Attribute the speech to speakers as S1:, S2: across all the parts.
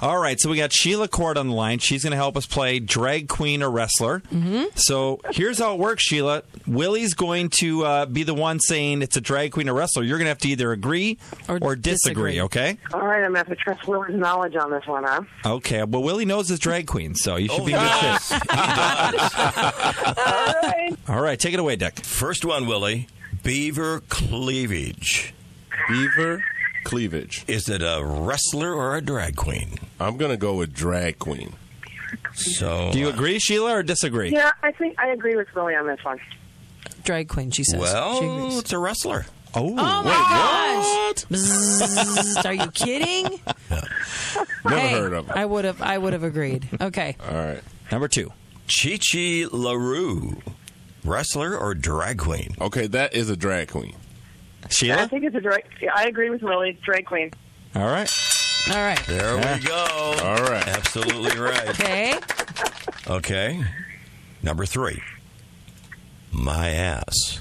S1: All right, so we got Sheila Cord on the line. She's going to help us play drag queen or wrestler. Mm-hmm. So here's how it works, Sheila. Willie's going to uh, be the one saying it's a drag queen or wrestler. You're going to have to either agree
S2: Or
S1: or, disagree.
S2: disagree.
S1: Okay.
S3: All right, I'm going to have to trust Willie's knowledge on this one, huh?
S1: Okay. Well, Willie knows his drag queen, so you should be in
S2: Oh,
S1: good
S4: yes.
S1: shape.
S3: All right.
S1: All right, take it away, Dick.
S4: First one, Willie. Beaver cleavage.
S5: Beaver cleavage.
S4: Is it a wrestler or a drag queen?
S5: I'm gonna go with drag queen.
S4: So
S1: Do you agree, Sheila, or disagree?
S3: Yeah, I think I agree with Willie on this one.
S2: Drag queen, she says. she
S4: Well,
S2: agrees.
S4: it's a wrestler.
S1: Oh,
S2: Oh my gosh! Bzzz. Are you kidding?
S5: Never
S2: Hey,
S5: heard of it.
S2: I would have. I would have agreed. Okay.
S5: All right.
S1: Number two.
S4: Chi Chi LaRue. Wrestler or drag queen?
S5: Okay, that is a drag queen.
S3: I
S1: Sheila?
S3: think it's a drag. yeah, I agree with Willie. Drag queen.
S1: All right.
S2: All right.
S4: There we go.
S5: All right.
S4: Absolutely right.
S2: Okay.
S4: Okay. Number three. My ass.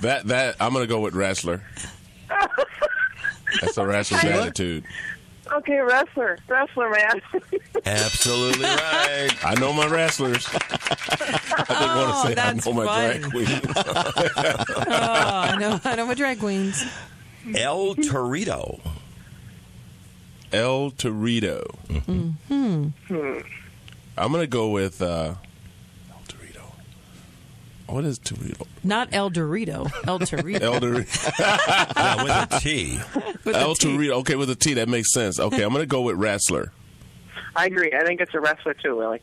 S5: That that I'm gonna go with wrestler. That's a wrestler's
S3: Sheila?
S5: attitude.
S3: Okay, wrestler. Wrestler, man.
S4: Absolutely right.
S5: I know my wrestlers. I didn't want to say I
S2: Oh, that's
S5: know my
S2: fun.
S5: drag queen.
S2: Oh, I know. I know my drag queens.
S4: El Torito.
S5: El Torito.
S2: Mm-hmm.
S5: I'm gonna go with uh, El Torito. What is Torito?
S2: Not El Dorito. El Torito.
S5: El Dorito.
S4: Now with a T.
S2: With
S5: El
S2: a T.
S5: Torito. Okay, with a T, that makes sense. Okay, I'm gonna go with wrestler.
S3: I agree. I think it's a wrestler too, Willie.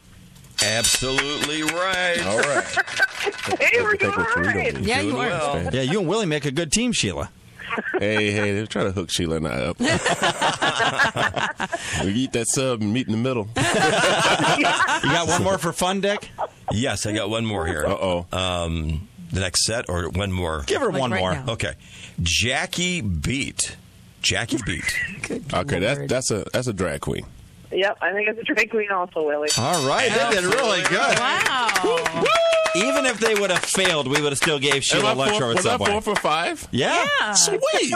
S4: Absolutely right.
S1: Oh.
S5: All right.
S3: Hey, we're doing all right.
S2: Yeah, you are.
S5: Well.
S1: Yeah, you and Willie make a good team, Sheila.
S5: Hey, hey, they're trying to hook Sheila and I up. we eat that sub and meet in the middle. Uh
S1: You got one more for fun, Dick?
S4: Yes, I got one more here.
S5: oh.
S4: Um, the next set or one more?
S1: Give her
S2: Like
S1: one
S2: right
S1: more.
S2: now.
S4: Okay. Jackie Beat. Jackie Beat.
S2: Good
S5: Okay, that's
S2: Lord.
S5: that's a that's a drag queen.
S3: Yep, I think it's a drag queen also, Willie.
S1: All right, they did really good.
S2: Wow.
S1: Even if they would have failed, we would have still gave Sheila a
S5: Am I
S1: lunch
S5: four,
S1: over
S5: was I
S1: Subway.
S5: four for five?
S1: yeah.
S2: Yeah.
S1: Sweet.